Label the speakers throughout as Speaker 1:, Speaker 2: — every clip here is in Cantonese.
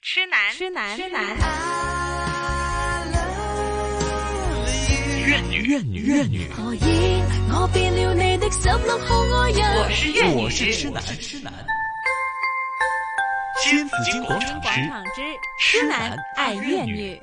Speaker 1: 痴男，
Speaker 2: 痴男，啊
Speaker 1: 痴男。
Speaker 3: 怨女，怨女，怨女。
Speaker 4: 何以我變了你的十六號愛人？
Speaker 1: 我是怨女，
Speaker 3: 我是痴男，痴男。新紫金广场之
Speaker 2: 广场之
Speaker 3: 痴
Speaker 2: 痴
Speaker 3: 男
Speaker 2: 男爱
Speaker 3: 怨
Speaker 2: 怨女。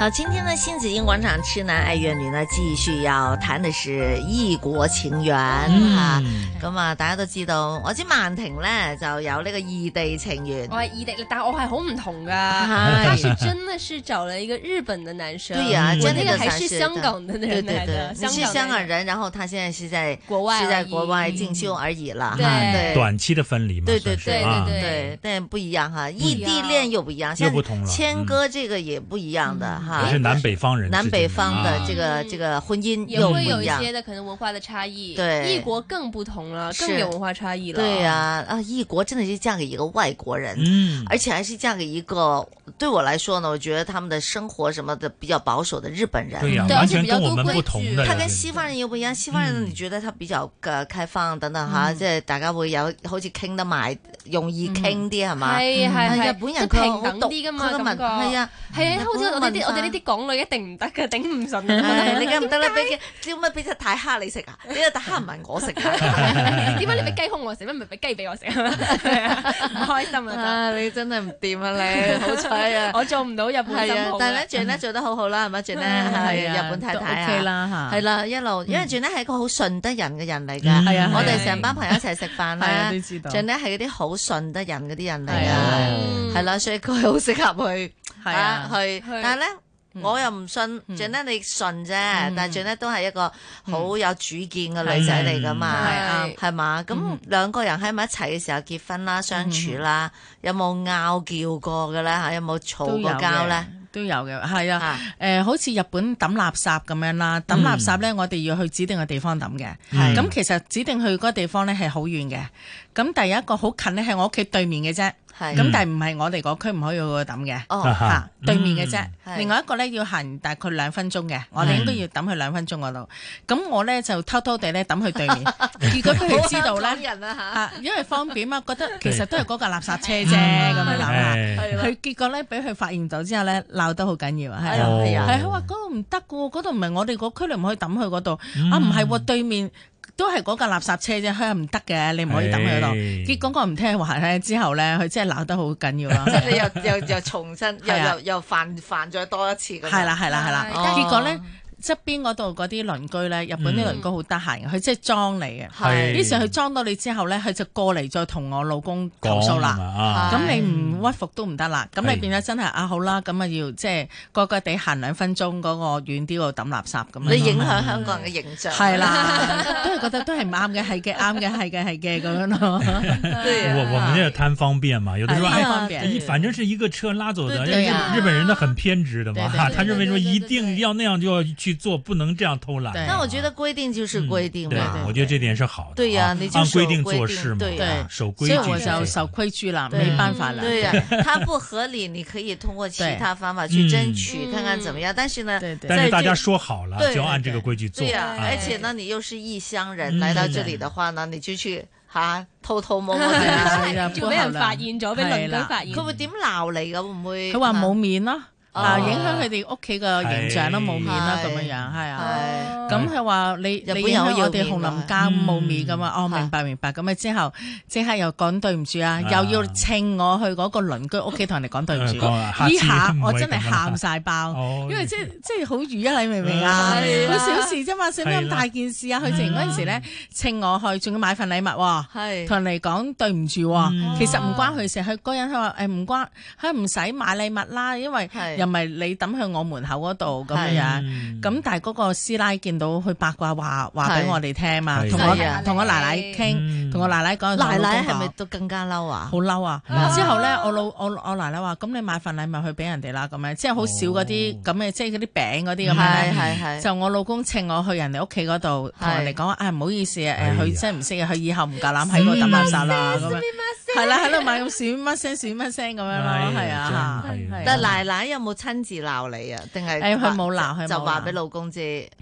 Speaker 5: 好，今天呢，新紫金广场痴男爱怨女呢，继续要谈的是异國情緣
Speaker 6: 嗯
Speaker 5: 吓。咁啊，大家都知道，我知曼婷咧就有呢個異地情緣
Speaker 6: 我。係異地，但我係好唔同噶。
Speaker 5: 係
Speaker 6: 他啊是真的是找了一個日本的男生，
Speaker 5: 對呀
Speaker 6: 我
Speaker 5: 真的就
Speaker 6: 那個還
Speaker 5: 算
Speaker 6: 是
Speaker 5: 是
Speaker 6: 香港的
Speaker 5: 對
Speaker 6: 人
Speaker 5: 對
Speaker 6: 來
Speaker 5: 對
Speaker 6: 的，，
Speaker 5: 你是香港人，然后他现在是在
Speaker 6: 國外
Speaker 5: 是在
Speaker 6: 而已
Speaker 5: 国外
Speaker 6: 嗯
Speaker 5: 进修而已了
Speaker 6: 对
Speaker 5: 哈。
Speaker 3: 嗯短期的分离嘛，
Speaker 5: 对
Speaker 3: 算
Speaker 5: 对
Speaker 3: 是
Speaker 6: 对
Speaker 3: 啊
Speaker 6: 对
Speaker 5: 对，但不一样哈，异
Speaker 6: 一样
Speaker 5: 地恋又不一样，
Speaker 3: 又
Speaker 5: 像
Speaker 3: 不同了。
Speaker 5: 谦
Speaker 3: 嗯
Speaker 5: 哥这个也不一样
Speaker 6: 嗯
Speaker 5: 的哈
Speaker 3: 也，是南北方人之间的，
Speaker 5: 南北方的
Speaker 3: 啊
Speaker 5: 这个这个婚姻
Speaker 6: 也
Speaker 5: 又不
Speaker 6: 會有
Speaker 5: 一
Speaker 6: 一
Speaker 5: 样。
Speaker 6: 些的可能文化的差異。
Speaker 5: 對
Speaker 6: 異國更不同了，
Speaker 5: 是
Speaker 6: 更有文化差異了。
Speaker 5: 对呀、啊，异国真的是嫁给一个外国人。
Speaker 3: 嗯，
Speaker 5: 而且还是嫁给一个对我来说呢，我觉得他们的生活什么的比较保守的日本人。
Speaker 3: 对呀，
Speaker 6: 对
Speaker 3: 完
Speaker 6: 而且
Speaker 3: 全
Speaker 6: 比较
Speaker 3: 跟我
Speaker 6: 多
Speaker 3: 们
Speaker 6: 规
Speaker 3: 不同
Speaker 6: 矩
Speaker 3: 的。
Speaker 5: 他跟西方人又不一樣，西方人
Speaker 3: 嗯
Speaker 5: 你覺得他比較嘅開放等等嚇，即係大家會有好似傾得埋，容易傾啲係嘛？
Speaker 6: 係係
Speaker 5: 係
Speaker 6: 係
Speaker 5: 日本人
Speaker 6: 即係
Speaker 5: 佢好
Speaker 6: 平等
Speaker 5: 獨
Speaker 6: 啲噶
Speaker 5: 佢嘅
Speaker 6: 嘛，
Speaker 5: 文
Speaker 6: 感覺
Speaker 5: 係啊，
Speaker 6: 係啊，好似我哋
Speaker 5: 日本文
Speaker 6: 啲我
Speaker 5: 化
Speaker 6: 哋呢啲港女一定唔得嘅，頂唔啊順
Speaker 5: 唉
Speaker 6: 嘅。
Speaker 5: 你梗唔得啦，俾只乜俾只大蝦你食啊？呢個大蝦唔係我食啊㗎。
Speaker 6: 點解你俾雞胸我食，乜唔係俾雞俾我食？係啊 唔開心 啊！
Speaker 5: 啊！你真係唔掂啊！你好彩啊
Speaker 6: 就！我做唔到日本
Speaker 5: 係
Speaker 6: 心
Speaker 5: 啊，
Speaker 6: 抱
Speaker 5: 但係咧
Speaker 6: 嘅。
Speaker 5: Jane 咧做得好好啦，係咪 Jane 咧
Speaker 2: 啊
Speaker 5: 係日本太太啊
Speaker 2: OK 啦吓，
Speaker 5: 係啦，一路因為 Jane 咧係一個好順得人嘅人嚟㗎。
Speaker 2: 係啊
Speaker 5: 我哋成班朋友一齊食飯
Speaker 2: 係啊，
Speaker 5: 啦
Speaker 2: 都，知道，
Speaker 5: Jane 咧係嗰啲好順得人嗰啲人嚟
Speaker 2: 係
Speaker 5: 㗎。
Speaker 2: 啊，
Speaker 3: 哦
Speaker 6: 嗯
Speaker 5: 係啦，所以佢好適合去
Speaker 2: 係
Speaker 5: 啊
Speaker 2: 啊，嗯
Speaker 5: 去，
Speaker 6: 去
Speaker 5: 但係咧。我又唔信，最叻你信啫，但係最叻都係一個好有主見嘅女仔嚟噶
Speaker 2: 嗯
Speaker 5: 嘛，
Speaker 2: 啊
Speaker 6: 係
Speaker 5: 係嘛？咁兩個人喺埋一齊嘅時候結婚啦、相處啦，有冇拗撬過嘅咧？嚇，有冇
Speaker 2: 嗯都
Speaker 5: 嘈
Speaker 2: 有
Speaker 5: 過交
Speaker 2: 嘅
Speaker 5: 咧？，
Speaker 2: 都有嘅，係啊。
Speaker 5: 嚇，
Speaker 2: 誒、好似日本抌垃圾咁樣啦，抌垃圾咧，我哋要去指定嘅地方抌嘅。
Speaker 3: 嗯
Speaker 2: 咁、其實指定去嗰個地方咧係好遠嘅。咁第一個好近咧係我屋企對面嘅啫。
Speaker 5: 係嗯
Speaker 2: 咁但係唔係我哋嗰區唔可以去嗰度抌嘅。
Speaker 3: 啊
Speaker 5: 哦，
Speaker 3: 哈
Speaker 2: 嚇，對面嘅啫
Speaker 5: 嗯。
Speaker 2: 另外一個咧要行大概兩分鐘嘅，我哋應該要抌去兩分鐘嗰度。咁我咧就偷偷地咧抌去對面，結果俾佢知道
Speaker 5: 好香港
Speaker 2: 咧。
Speaker 5: 人啊嚇，
Speaker 2: 啊，因為方便嘛，覺得其實都係嗰架垃圾車啫嗯咁樣諗下。
Speaker 3: 嗯哎
Speaker 2: 佢結果咧俾佢發現咗之後咧鬧得好緊要啊，係
Speaker 5: 哎
Speaker 2: 啊
Speaker 5: 呀係
Speaker 3: 哦
Speaker 5: 啊，
Speaker 2: 係佢話嗰度唔得嘅喎，嗰度唔係我哋嗰區，你唔可以抌去嗰度。
Speaker 3: 嗯
Speaker 2: 啊，唔係喎，對面都係嗰架垃圾車啫，佢話唔得嘅，你唔可以抌去嗰度。
Speaker 3: 係
Speaker 2: 結果我唔聽佢話咧，之後咧佢真係鬧得好緊要啊咯。
Speaker 5: 你又 又又重新又
Speaker 2: 係啊
Speaker 5: 又又犯犯再多一次咁樣，
Speaker 2: 係啦，係啦，係啦。
Speaker 5: 哦，
Speaker 2: 結果咧，側邊嗰度嗰啲鄰居咧，日本啲鄰居好得閒嘅，佢即係裝你嘅。
Speaker 3: 係
Speaker 2: 於是佢裝到你之後咧，佢就過嚟再同我老公投訴啦
Speaker 3: 講。啊，
Speaker 2: 咁你唔屈服都唔得啦，咁
Speaker 3: 係
Speaker 2: 你變咗真係啊好啦，咁啊要即係個個地行兩分鐘嗰個遠啲嗰度抌垃圾咁樣。
Speaker 5: 你影響香港人嘅形象，
Speaker 2: 係啦，都係覺得都係唔啱嘅，係嘅，啱嘅，係嘅，係嘅咁樣咯。
Speaker 5: 對啊，
Speaker 3: 我我们这贪方便嘛，有的
Speaker 2: 係啊
Speaker 3: 时候哎
Speaker 2: 貪方便
Speaker 3: 你反正是一个车拉走的，
Speaker 2: 對對
Speaker 3: 日
Speaker 2: 呀
Speaker 3: 日本人呢很偏执的嘛，
Speaker 2: 對對
Speaker 3: 哈
Speaker 2: 對
Speaker 3: 他认为说
Speaker 6: 對對
Speaker 3: 一
Speaker 6: 對對
Speaker 3: 定要那样就要去做，不能这样偷懒。
Speaker 2: 對
Speaker 5: 但我觉得规定就是
Speaker 3: 啊嗯
Speaker 5: 规定
Speaker 3: 对
Speaker 5: 嘛，，
Speaker 3: 我觉得这点是好的。
Speaker 5: 对呀
Speaker 3: 啊
Speaker 5: 你就
Speaker 3: 按
Speaker 5: 守
Speaker 3: 规定
Speaker 5: 规
Speaker 3: 做
Speaker 5: 定
Speaker 3: 事嘛，
Speaker 5: 对
Speaker 2: 對
Speaker 3: 啊守规
Speaker 2: 所
Speaker 3: 矩
Speaker 2: 以
Speaker 3: 就行。
Speaker 2: 我就受規矩啦，
Speaker 5: 對
Speaker 2: 沒辦法啦。
Speaker 5: 对呀、它不合理，你可以通过其他方法去争取，
Speaker 6: 嗯
Speaker 5: 看看怎么样。但是呢，
Speaker 2: 對對
Speaker 3: 但是
Speaker 5: 在
Speaker 3: 大
Speaker 5: 这
Speaker 3: 家说好了
Speaker 5: 对
Speaker 3: 就要按这
Speaker 2: 对
Speaker 3: 个规矩做
Speaker 5: 对呀、
Speaker 3: 啊
Speaker 5: 而且呢，你又是异乡人，
Speaker 3: 嗯
Speaker 5: 来到这里的话呢，你就去啊偷偷摸摸地
Speaker 2: 係啊
Speaker 5: 去。
Speaker 6: 仲
Speaker 2: 所以就不
Speaker 6: 俾
Speaker 2: 合
Speaker 6: 人發
Speaker 2: 啦。
Speaker 6: 現咗，俾鄰居發現
Speaker 5: 佢會點鬧你噶？會唔會？
Speaker 2: 佢話冇面咯，
Speaker 5: 哦
Speaker 2: 啊影響佢哋屋企個形象咯，冇面啦
Speaker 5: 係
Speaker 2: 咁樣樣係啊。
Speaker 5: 係
Speaker 2: 咁佢話你
Speaker 5: 嗯本
Speaker 2: 你
Speaker 5: 人
Speaker 2: 影
Speaker 5: 好
Speaker 2: 響
Speaker 5: 要
Speaker 2: 我哋
Speaker 5: 面
Speaker 2: 紅
Speaker 5: 啊
Speaker 2: 林家冇面咁啊！
Speaker 5: 嗯
Speaker 2: 哦，明白明白。咁啊之後即刻又講對唔住啊，又要稱我去嗰個鄰居屋企同人哋講對唔住。
Speaker 3: 嗯講 啊下次
Speaker 2: 呢下
Speaker 3: 唔
Speaker 2: 我
Speaker 3: 會
Speaker 2: 真係
Speaker 3: 咁啦
Speaker 2: 喊晒爆，
Speaker 3: 哦
Speaker 2: 因為即即係好瘀啊！你明唔明啊
Speaker 3: 嗯
Speaker 5: 係？啊
Speaker 2: 好小事啫嘛，使乜咁大件事啊？佢直情嗰陣時咧稱我去，仲要買份禮物喎。
Speaker 5: 係
Speaker 2: 同人哋講對唔住
Speaker 3: 嗯
Speaker 2: 喎，其實唔關佢事。佢嗰人佢話誒唔關，佢唔使買禮物啦，因為
Speaker 5: 係
Speaker 2: 又唔係你抌去我門口嗰度咁
Speaker 5: 係
Speaker 2: 樣。
Speaker 3: 嗯
Speaker 2: 啊 咁但係嗰個師奶見到佢八卦話話俾我哋聽嘛，
Speaker 3: 係
Speaker 2: 同我
Speaker 5: 係啊
Speaker 2: 同我奶奶
Speaker 3: 嗯
Speaker 2: 傾，同我奶奶講，同我
Speaker 5: 奶
Speaker 2: 老公
Speaker 5: 奶係
Speaker 2: 講
Speaker 5: 咪都更加嬲啊
Speaker 2: 好？嬲啊！之後咧，我老我我奶奶話：咁你買份禮物去俾人哋啦，咁樣即係好少嗰啲
Speaker 3: 哦
Speaker 2: 咁嘅，即係嗰啲餅嗰啲咁樣
Speaker 5: 係
Speaker 2: 咧。
Speaker 5: 係係，
Speaker 2: 就我老公請我去人哋屋企嗰度，同人哋講話：啊唔好意思啊，
Speaker 3: 哎呀
Speaker 2: 誒佢真係唔識啊，佢以後唔夠膽喺嗰度抌垃圾啦咁樣。係啦，喺度買咁閃乜聲閃乜聲咁樣咯，係
Speaker 3: 唉
Speaker 2: 啊，哎
Speaker 3: 真係
Speaker 5: 但奶奶有冇親自鬧你啊？定係
Speaker 2: 誒佢冇鬧佢冇
Speaker 5: 就話
Speaker 2: 鬧
Speaker 5: 俾老公知。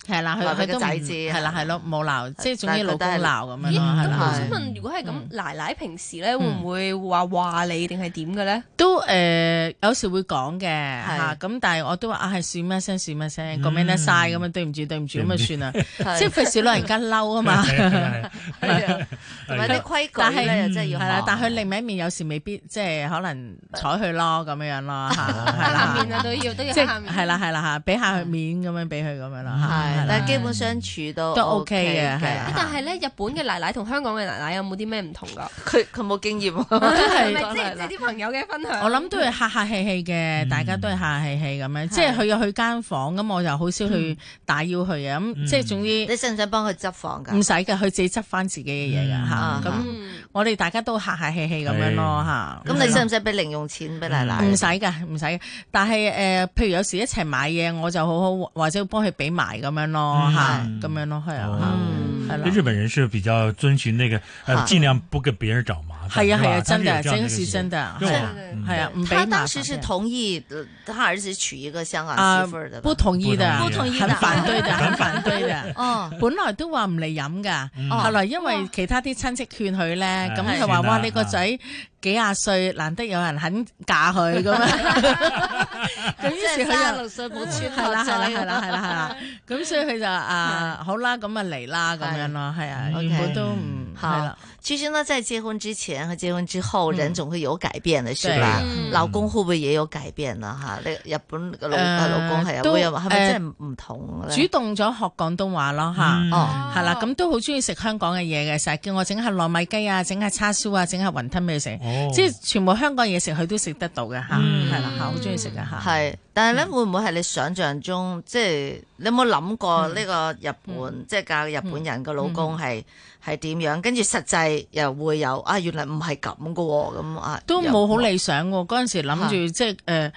Speaker 2: 係啦，
Speaker 5: 話
Speaker 2: 佢
Speaker 5: 俾
Speaker 2: 佢
Speaker 5: 個
Speaker 2: 都唔
Speaker 5: 仔知啊
Speaker 2: 係啦，係咯，冇鬧，即係總之
Speaker 5: 但係佢
Speaker 2: 老
Speaker 5: 都
Speaker 2: 公
Speaker 5: 係嗯
Speaker 2: 鬧咁樣
Speaker 6: 咦，
Speaker 2: 咯，係
Speaker 6: 咁
Speaker 2: 啦
Speaker 6: 我
Speaker 5: 係
Speaker 6: 想問，如果係
Speaker 2: 嗯
Speaker 6: 咁，奶奶平時咧會唔會話話你定係點嘅咧？
Speaker 2: 都誒、呃有時會講嘅嚇，咁但係我都話啊係算咩聲算咩聲，
Speaker 5: 嗯
Speaker 2: 講咩得晒咁樣，對唔住對唔住咁就啊 算啦，即係費事老人家嬲啊嘛。
Speaker 3: 哎係
Speaker 5: 係啊 同
Speaker 3: 哎
Speaker 5: 埋啲規
Speaker 2: 但
Speaker 5: 矩咧，
Speaker 2: 係嗯
Speaker 5: 又真係要
Speaker 2: 係啦
Speaker 5: 學，
Speaker 2: 但係佢另一面有時未必即係可能睬佢咯咁樣樣咯 嚇，係
Speaker 6: 下
Speaker 5: 嗯
Speaker 2: 啦
Speaker 6: 面，啊都要都要下
Speaker 2: 即係
Speaker 6: 面。
Speaker 2: 係啦係啦嚇，俾下佢面咁樣俾佢咁樣咯
Speaker 5: 係，
Speaker 2: 嚇，係
Speaker 5: 但
Speaker 2: 啦
Speaker 5: 係基本相處都
Speaker 2: 都
Speaker 5: OK
Speaker 2: OK 嘅係
Speaker 6: 咁
Speaker 2: 啊
Speaker 6: 但係咧，日本嘅奶奶同香港嘅奶奶有冇啲咩唔同㗎？
Speaker 5: 佢佢冇經驗喎，
Speaker 2: 係
Speaker 6: 咪即係即係啲朋友嘅分享。
Speaker 2: 我諗都係客客氣氣嘅，
Speaker 3: 嗯
Speaker 2: 大家都係客客氣氣咁樣，即係佢有佢間房咁，我又好少去打擾佢嘅，咁即係總之。
Speaker 5: 你使唔使幫佢執房㗎？
Speaker 2: 唔使嘅，佢自己執翻自己嘅嘢
Speaker 3: 嗯
Speaker 2: 噶吓
Speaker 5: 啊。
Speaker 2: 咁
Speaker 6: 嗯
Speaker 2: 我哋大家都客客氣氣咁樣咯吓。
Speaker 5: 咁你使唔使俾零用錢俾奶奶？
Speaker 2: 啊唔使㗎，唔使㗎。但係誒、呃譬如有時一齊買嘢，我就好好或者幫佢俾埋咁樣咯
Speaker 3: 嗯
Speaker 2: 吓，
Speaker 3: 係
Speaker 2: 咁樣咯，係啊，
Speaker 3: 哦
Speaker 5: 嗯
Speaker 2: 係啦。
Speaker 3: 日本人是比較遵循那個，呃，
Speaker 5: 好
Speaker 3: 盡量不給別人找麻煩。
Speaker 2: 係啊
Speaker 3: 是吧
Speaker 2: 係啊，真
Speaker 3: 他
Speaker 2: 嘅，
Speaker 3: 是有
Speaker 2: 真
Speaker 3: 這樣的一個
Speaker 2: 是
Speaker 3: 習慣
Speaker 2: 真的，
Speaker 3: 因
Speaker 2: 係
Speaker 3: 為
Speaker 2: 啊
Speaker 3: 我
Speaker 6: 對
Speaker 3: 嗯
Speaker 2: 係啊，唔俾
Speaker 5: 他
Speaker 2: 麻
Speaker 5: 當
Speaker 2: 煩
Speaker 5: 時是
Speaker 2: 嘅
Speaker 5: 同意呃他兒子娶一個香港
Speaker 2: 啊
Speaker 5: 媳婦的吧
Speaker 2: 不同意的，
Speaker 3: 不同
Speaker 5: 意的
Speaker 2: 很反對的，
Speaker 3: 很
Speaker 2: 很反對的。
Speaker 5: 哦，
Speaker 2: 本來都話唔嚟飲㗎，
Speaker 3: 嗯
Speaker 2: 後來因為其他啲親戚勸佢咧，咁
Speaker 3: 係
Speaker 2: 佢話：
Speaker 3: 算啦
Speaker 2: 哇，你個仔幾廿歲，難得有人肯嫁佢咁 啊樣。咁
Speaker 5: 即
Speaker 2: 於是
Speaker 5: 係三
Speaker 2: 佢
Speaker 5: 十
Speaker 2: 就
Speaker 5: 六歲冇穿
Speaker 2: 係啦
Speaker 5: 學
Speaker 2: 係
Speaker 5: 裝
Speaker 2: 啦係啦係啦係啦，咁所以佢就啊好啦，咁啊嚟啦咁樣咯，係啊，
Speaker 3: 嗯
Speaker 5: OK
Speaker 2: 原本都唔係啦，
Speaker 5: 其實呢，在結婚之前和結婚之後，人總會有改變的，是
Speaker 2: 嗯對
Speaker 5: 吧？
Speaker 6: 嗯
Speaker 5: 老公會唔會也有改變啦？吓，你日本嘅老
Speaker 2: 誒
Speaker 5: 老公係啊，
Speaker 2: 嗯呃都
Speaker 5: 會有係咪
Speaker 2: 誒
Speaker 5: 真係唔同
Speaker 2: 主
Speaker 5: 咧？
Speaker 2: 動咗學廣東話咯嚇。
Speaker 3: 嗯
Speaker 5: 哦
Speaker 2: 係啦，咁都好中意食香港嘅嘢嘅，成日叫我整下糯米雞啊，整下叉燒啊，整下雲吞俾佢食，
Speaker 3: 哦
Speaker 2: 即係全部香港嘢食佢都食得到嘅嚇，
Speaker 3: 嗯
Speaker 2: 係啦嚇，好中意食嘅啊嚇。
Speaker 5: 係，但係咧，會唔會係你想象
Speaker 2: 嗯
Speaker 5: 中，即係你有冇諗過呢個日本，即係教日本人嘅老
Speaker 2: 嗯
Speaker 5: 公係係點樣？跟住實際又會有啊，原來唔係咁嘅喎，咁啊
Speaker 2: 都
Speaker 5: 有
Speaker 2: 冇好理想喎，嗰陣時諗住即係誒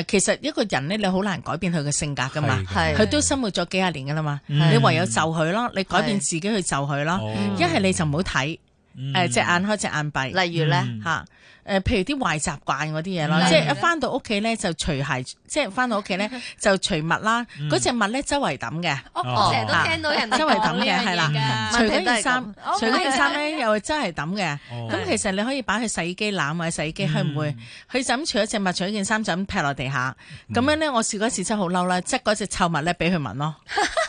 Speaker 2: 誒，其實一個人咧，你好難改變佢嘅性格噶嘛，
Speaker 5: 係
Speaker 2: 佢都生活咗幾廿年噶啦嘛，
Speaker 3: 嗯
Speaker 2: 你唯有就佢咯，你改變
Speaker 5: 係
Speaker 2: 自己去就佢咯，
Speaker 5: 嗯
Speaker 3: 哦
Speaker 2: 啊一係你就唔好睇，誒隻眼開隻眼閉
Speaker 5: 例如咧，
Speaker 3: 嗯
Speaker 2: 嚇。誒，譬如啲壞習慣嗰啲嘢啦，
Speaker 5: 嗯
Speaker 2: 即係一翻到屋企咧就除鞋，即係翻到屋企咧就除襪啦。
Speaker 3: 嗯
Speaker 2: 嗰只襪咧周圍抌嘅，
Speaker 6: 我
Speaker 3: 哦
Speaker 6: 我成日都聽到人哋
Speaker 2: 周圍
Speaker 6: 講
Speaker 2: 抌
Speaker 6: 呢
Speaker 2: 嘅
Speaker 6: 樣
Speaker 2: 係
Speaker 6: 嘢
Speaker 3: 啦
Speaker 6: 㗎
Speaker 2: 除
Speaker 5: 問題
Speaker 2: 嗰
Speaker 5: 都係
Speaker 2: 件衫
Speaker 5: 咁，哦
Speaker 2: 除嗰件衫咧又周圍抌嘅。
Speaker 3: 哦
Speaker 2: 咁其實你可以擺去洗衣機攬或者洗衣機，
Speaker 3: 嗯
Speaker 2: 佢唔會，佢就咁除咗隻襪，除咗件衫就咁劈落地下。
Speaker 3: 嗯
Speaker 2: 咁樣咧，我試過一次真係好嬲啦，執嗰隻臭襪咧俾佢聞咯，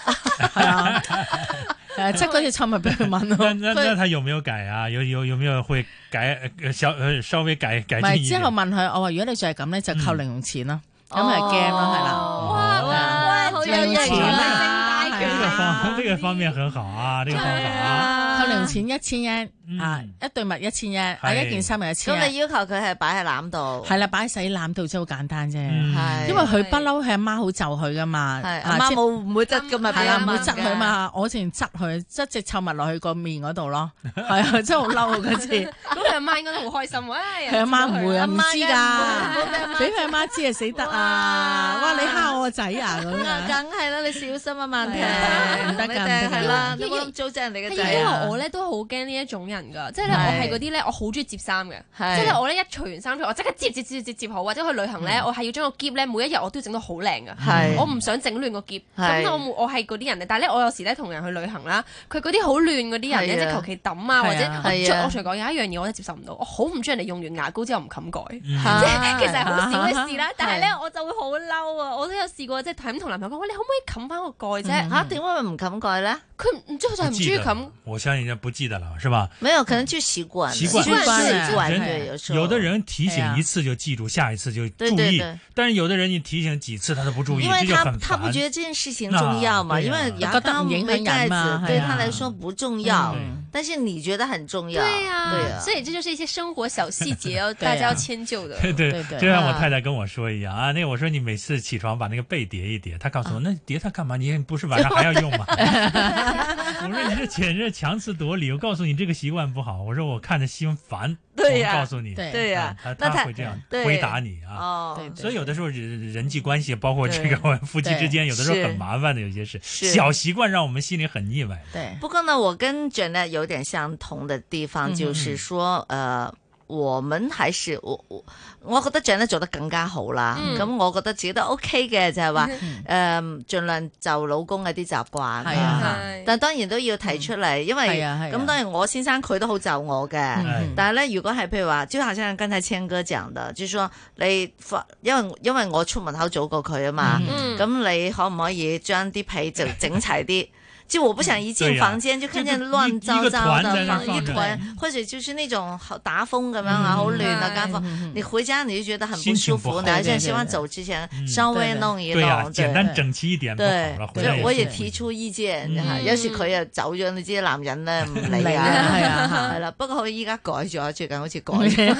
Speaker 2: 係 啊，誒執嗰隻臭襪俾佢聞咯
Speaker 3: 那。那那他有沒有改啊？有有有沒有會改呃小呃稍微改改
Speaker 2: 唔
Speaker 3: 進
Speaker 2: 係
Speaker 3: 一
Speaker 2: 之
Speaker 3: 點？
Speaker 2: 後問佢，我話如果你再係咁咧，就扣零用錢咯，咁咪
Speaker 5: 哦
Speaker 2: 驚咯，係啦。
Speaker 6: 哇哇，好有
Speaker 2: 零用
Speaker 6: 型
Speaker 2: 錢
Speaker 6: 啊！
Speaker 2: 啦
Speaker 6: 正大
Speaker 3: 這
Speaker 6: 權
Speaker 3: 個方
Speaker 6: 啊
Speaker 3: 這個方面很好 啊，這個方法啊，
Speaker 2: 扣
Speaker 6: 啊
Speaker 2: 零用錢一千 yen
Speaker 3: 嗯
Speaker 2: 啊，一對襪一千 yen，啊
Speaker 3: 係
Speaker 2: 一件衫咪一千
Speaker 5: 咁你
Speaker 2: yen，
Speaker 5: 要求佢係擺喺籃度，
Speaker 2: 係啦，擺喺洗攬度真係好簡單啫。
Speaker 3: 嗯
Speaker 5: 係
Speaker 2: 因為佢不嬲，佢阿媽好就佢噶嘛，
Speaker 5: 係
Speaker 2: 啊
Speaker 5: 阿媽
Speaker 2: 即
Speaker 5: 冇唔會執咁啊，
Speaker 2: 係
Speaker 5: 俾
Speaker 2: 啦，
Speaker 5: 阿
Speaker 2: 唔
Speaker 5: 媽
Speaker 2: 會執佢嘛，我淨執佢，執只臭物落去個面嗰度 咯，係啊，真係好嬲啊嗰 次，
Speaker 6: 咁佢阿媽應該都好開心喎。唉
Speaker 2: 佢阿媽唔會啊，唔知
Speaker 5: 阿
Speaker 2: 㗎，俾佢阿媽知啊死得啊，哇你蝦我個仔啊咁
Speaker 5: 啊
Speaker 2: 樣，
Speaker 5: 梗係啦，你小心啊，曼婷，
Speaker 2: 係啊唔得㗎
Speaker 5: 你
Speaker 2: 唔得
Speaker 5: 哋
Speaker 2: 㗎
Speaker 5: 係啦，你
Speaker 6: 因為
Speaker 5: 冇咁糟質人哋嘅
Speaker 6: 係
Speaker 5: 仔
Speaker 6: 因
Speaker 5: 啊
Speaker 6: 為我咧都好驚呢一種人㗎，即係咧我
Speaker 5: 係
Speaker 6: 係嗰啲咧，我好中意摺衫嘅，
Speaker 5: 係
Speaker 6: 即係我咧一除完衫出嚟，我即刻摺摺摺摺摺好，或者去旅行咧，我係要將個篋咧每一日我都要整到好靚㗎。
Speaker 5: 係
Speaker 6: 我唔想整亂個篋，
Speaker 5: 係
Speaker 6: 咁我冇我係嗰啲人嚟，但係咧我有時咧同人去旅行啦，佢嗰啲好亂嗰啲人
Speaker 5: 係
Speaker 6: 咧，
Speaker 5: 啊
Speaker 6: 即係求其抌啊，或
Speaker 2: 係啊
Speaker 6: 者我
Speaker 5: 係啊
Speaker 6: 着我隨講有一樣嘢我真係接受唔到，我好唔中意人哋用完牙膏之後唔冚蓋。
Speaker 3: 嗯
Speaker 5: 嚇
Speaker 6: 即 係其實係好少嘅事
Speaker 2: 係
Speaker 6: 啦，但係咧我就會好嬲啊！我都有試過，即係係咁同男朋友講：喂，你可唔可以冚翻個蓋啫？
Speaker 5: 嚇點解唔冚蓋咧？
Speaker 6: 佢唔知佢就係
Speaker 3: 不
Speaker 6: 唔中
Speaker 3: 記
Speaker 6: 意
Speaker 3: 得
Speaker 6: 冚
Speaker 3: 了。，我相信人家不記得了，是吧？
Speaker 5: 沒有，可能就習慣了，
Speaker 3: 習慣
Speaker 5: 就是
Speaker 2: 習慣了
Speaker 5: 習慣，
Speaker 2: 人
Speaker 5: 對，有時候
Speaker 3: 有的人提醒一次就记住，下一次就
Speaker 5: 对
Speaker 3: 注
Speaker 5: 对
Speaker 3: 意
Speaker 5: 对，
Speaker 3: 但是有的人你提醒几次他都不注意，
Speaker 5: 因为
Speaker 3: 这就
Speaker 5: 他
Speaker 3: 很
Speaker 5: 他不
Speaker 3: 烦。
Speaker 5: 觉得这件事情重要嘛，
Speaker 3: 那
Speaker 5: 因
Speaker 3: 对啊
Speaker 5: 为牙膏没盖
Speaker 2: 不但影响人
Speaker 5: 子
Speaker 2: 嘛
Speaker 5: 对
Speaker 3: 哎呀
Speaker 5: 他来说不重要，
Speaker 3: 嗯
Speaker 5: 但是你觉得很重要，
Speaker 6: 对呀、
Speaker 5: 对啊
Speaker 6: 所以这就是一些生活小细节，要
Speaker 2: 对啊
Speaker 6: 大家要迁 就的。
Speaker 3: 对对
Speaker 2: 对对
Speaker 3: 就像我
Speaker 5: 啊
Speaker 3: 太太跟我说一样啊，那个我说你每次起床把那个被叠一叠，她告
Speaker 5: 嗯
Speaker 3: 诉我那叠它干嘛？你不是晚上还要 用吗？我说你这简直是强词夺理，我告诉你这个习惯不好，我说我看着心烦，
Speaker 5: 对呀
Speaker 3: 我告诉你，
Speaker 2: 对
Speaker 5: 对呀
Speaker 3: 啊，他
Speaker 5: 那他
Speaker 3: 他会这样
Speaker 5: 对
Speaker 3: 回答你啊。
Speaker 5: 哦
Speaker 2: 对，对
Speaker 3: 所以有的时候人人际关系，包括这
Speaker 5: 对
Speaker 3: 个夫妻之间，有的时候
Speaker 5: 是
Speaker 3: 很麻烦的，有些事
Speaker 5: 是
Speaker 3: 小习惯让我们心里很腻歪。
Speaker 2: 對嗯
Speaker 5: 不过呢，我跟 Janet 有点相同的地方，就是说，呃，我們還是我我我覺得長得做得更加好啦。
Speaker 2: 嗯
Speaker 5: 咁、我覺得自己都 OK 嘅，就係話
Speaker 3: 嗯
Speaker 5: 誒，盡量就老公嗰啲習慣
Speaker 2: 係
Speaker 5: 啦
Speaker 2: 啊。
Speaker 6: 係
Speaker 5: 但當然都要提出嚟，因為
Speaker 2: 係啊係啊
Speaker 5: 咁當然我先生佢都好就我嘅。
Speaker 3: 嗯
Speaker 5: 但係咧，如果係譬如話，就好像剛才青哥講的，就說你發，因為因為我出門口早過佢啊嘛，
Speaker 6: 嗯
Speaker 5: 咁、你可唔可以將啲被就整齊啲？ 就我不想
Speaker 3: 對
Speaker 5: 一進
Speaker 3: 呀
Speaker 5: 房間就看見亂糟糟
Speaker 3: 就一
Speaker 5: 的
Speaker 3: 一個團在那
Speaker 5: 房，一
Speaker 3: 放着
Speaker 5: 團，或者就是那種好打風咁樣啊，好亂啊間
Speaker 2: 嗯
Speaker 5: 房。你回家你就覺得很不
Speaker 3: 心情
Speaker 5: 舒
Speaker 3: 不好
Speaker 5: 服，你好
Speaker 2: 對對
Speaker 5: 像
Speaker 2: 對
Speaker 5: 希望
Speaker 2: 對
Speaker 5: 走之前
Speaker 3: 嗯
Speaker 5: 稍微
Speaker 2: 對對
Speaker 5: 弄一
Speaker 3: 对呀，
Speaker 5: 弄，
Speaker 3: 简
Speaker 5: 對。
Speaker 3: 单整齊一點不好了，回
Speaker 5: 對，
Speaker 3: 來
Speaker 5: 所以我
Speaker 3: 也
Speaker 5: 也
Speaker 3: 是
Speaker 5: 提出意見，
Speaker 3: 嗯
Speaker 5: 有時佢又走咗，你知男人咧唔理
Speaker 2: 嚟啊，係
Speaker 5: 啊，
Speaker 2: 啊，
Speaker 5: 係啦。不過佢依家改咗，最近好似改咗，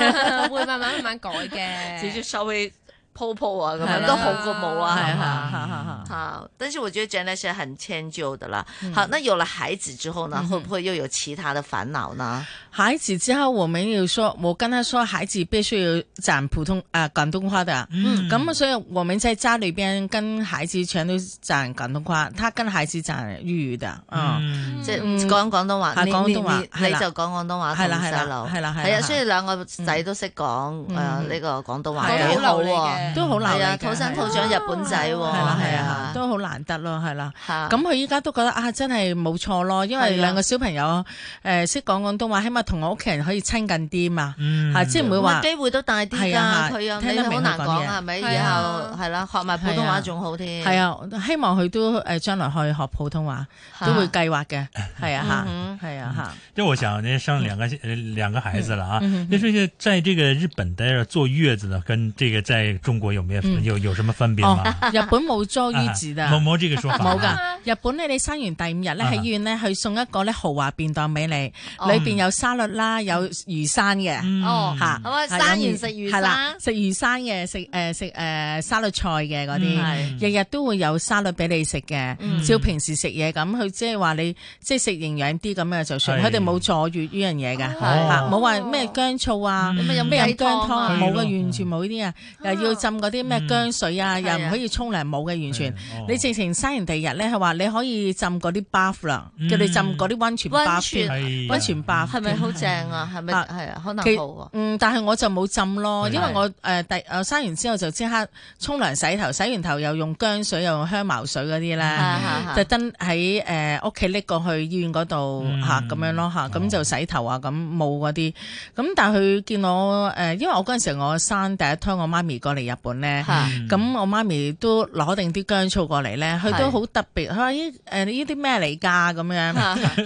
Speaker 6: 會慢慢慢慢改嘅。
Speaker 5: 至少稍微鋪鋪啊咁
Speaker 2: 係
Speaker 5: 樣
Speaker 2: 啦
Speaker 5: 都好過冇啊， 係
Speaker 2: 係
Speaker 5: 嘛？
Speaker 2: 啊，嗯
Speaker 5: 好，但是我覺得真的是很遷就的啦。好，那有了孩子之後呢，會不會又有其他的煩惱呢？
Speaker 2: 孩子之后我们有说，我跟他说，孩子必须要讲普通啊、广东话的。
Speaker 3: 嗯
Speaker 2: 咁、啊所以我们在家里边跟孩子全都讲广东话，他跟孩子讲粤语的。嗯，
Speaker 3: 嗯
Speaker 5: 即係
Speaker 2: 嗯
Speaker 5: 講廣東話，
Speaker 2: 係
Speaker 5: 你
Speaker 2: 廣東話
Speaker 5: 你你
Speaker 2: 係
Speaker 5: 你
Speaker 2: 啦
Speaker 5: 就講廣東話同
Speaker 2: 係啦係啦
Speaker 5: 細路，
Speaker 2: 係啦係啦
Speaker 5: 係
Speaker 2: 係
Speaker 5: 啊，
Speaker 2: 啦
Speaker 5: 所以兩個仔都識講誒
Speaker 2: 嗯
Speaker 5: 呢個廣東話，
Speaker 2: 係啊
Speaker 5: 幾好
Speaker 6: 好流利嘅
Speaker 5: 喎。
Speaker 2: 都好難
Speaker 5: 係
Speaker 2: 嚟
Speaker 5: 啊，
Speaker 2: 嘅。
Speaker 5: 土生土長日本仔喎，
Speaker 2: 係啦係
Speaker 5: 係
Speaker 2: 啊，都好難得咯，係啦。
Speaker 5: 嚇
Speaker 2: 咁佢依家都覺得啊，真係冇錯咯，因為
Speaker 5: 係啊
Speaker 2: 兩個小朋友呃誒識講廣東話，起碼同我屋企人可以親近啲嘛，
Speaker 3: 嗯
Speaker 2: 嚇，即係唔會話
Speaker 5: 機會都大啲㗎，
Speaker 2: 係啊
Speaker 5: 佢又
Speaker 2: 聽
Speaker 5: 你
Speaker 2: 得明
Speaker 5: 好
Speaker 2: 佢
Speaker 5: 難
Speaker 2: 講
Speaker 5: 講
Speaker 2: 嘢
Speaker 5: 係咪？以
Speaker 6: 係啊
Speaker 5: 後係啦，學埋普通話仲好添。
Speaker 2: 係啊，希望佢都誒將來可以學普通話，
Speaker 5: 嚇，
Speaker 2: 都會計劃 嘅，係啊
Speaker 5: 嗯
Speaker 2: 嚇，係啊嚇。
Speaker 3: 这我想呢，生两个呃两个孩子了啊
Speaker 2: 嗯嗯嗯，
Speaker 3: 那这个在这个日本待着坐月子的，跟这个在中国有没有
Speaker 2: 嗯
Speaker 3: 有有什么分别
Speaker 2: 哦
Speaker 3: 吗？，
Speaker 2: 日本冇 坐
Speaker 3: 啊
Speaker 2: 於字的。
Speaker 3: 冇冇这个说法啊？
Speaker 2: 冇噶，日本咧，你生完第五日咧
Speaker 3: 啊
Speaker 2: 喺醫院咧，去送一個咧豪華便當俾你，
Speaker 5: 哦
Speaker 2: 裏邊有沙律啦，有魚生嘅，
Speaker 3: 嗯
Speaker 5: 哦
Speaker 2: 嚇
Speaker 5: 好啊
Speaker 2: 係
Speaker 5: 生完
Speaker 2: 有魚
Speaker 5: 食魚
Speaker 2: 係啦
Speaker 5: 生嗯
Speaker 2: 食魚生嘅，食誒食誒沙律菜嘅嗰
Speaker 3: 嗯
Speaker 5: 係
Speaker 2: 啲。
Speaker 5: 嗯
Speaker 2: 日日都會有沙律俾你食嘅，照平時食嘢咁，佢即係話你即係食營養啲咁樣就算，
Speaker 3: 係
Speaker 2: 佢哋冇坐月呢樣嘢嘅，嚇
Speaker 3: 哦
Speaker 2: 冇話咩姜醋啊。
Speaker 3: 嗯
Speaker 5: 咁啊
Speaker 2: 咩
Speaker 5: 雞
Speaker 2: 飲姜
Speaker 5: 湯
Speaker 2: 湯
Speaker 5: 啊
Speaker 2: 啊？冇嘅，
Speaker 3: 係咯
Speaker 2: 完全冇呢啲啊！又要浸嗰啲咩姜水啊，
Speaker 5: 嗯
Speaker 2: 又唔可以沖涼，冇嘅完全。
Speaker 3: 哦
Speaker 2: 你直情生完第二日咧，佢話你可以浸嗰啲 bath 啦，
Speaker 3: 嗯
Speaker 2: 叫你浸嗰啲温泉
Speaker 5: 溫
Speaker 2: bath
Speaker 5: 泉
Speaker 2: 添，
Speaker 3: 係啊
Speaker 2: 温泉 bath
Speaker 5: 係咪好正啊？係咪
Speaker 2: 啊
Speaker 5: 係啊？可能
Speaker 2: 其
Speaker 5: 好喎。
Speaker 2: 嗯，但係我就冇浸咯，
Speaker 3: 係
Speaker 2: 因為我誒第誒生完之後就即刻沖涼洗頭，洗完頭又用薑水又用香茅水嗰啲
Speaker 3: 嗯
Speaker 2: 咧，
Speaker 5: 係啊
Speaker 2: 特登喺誒屋企拎過去醫院嗰度
Speaker 3: 嗯
Speaker 2: 嚇咁樣咯嚇，咁就洗頭啊咁冇嗰啲，咁但係佢見我誒，因為我嗰陣時我生第一胎，我媽咪過嚟日本咧。
Speaker 5: 係
Speaker 3: 嗯
Speaker 2: 咁我媽咪都攞定啲姜醋過嚟咧，佢
Speaker 5: 係
Speaker 2: 都好特別。佢話：咦誒呢啲咩嚟㗎？咁 樣
Speaker 5: 嚇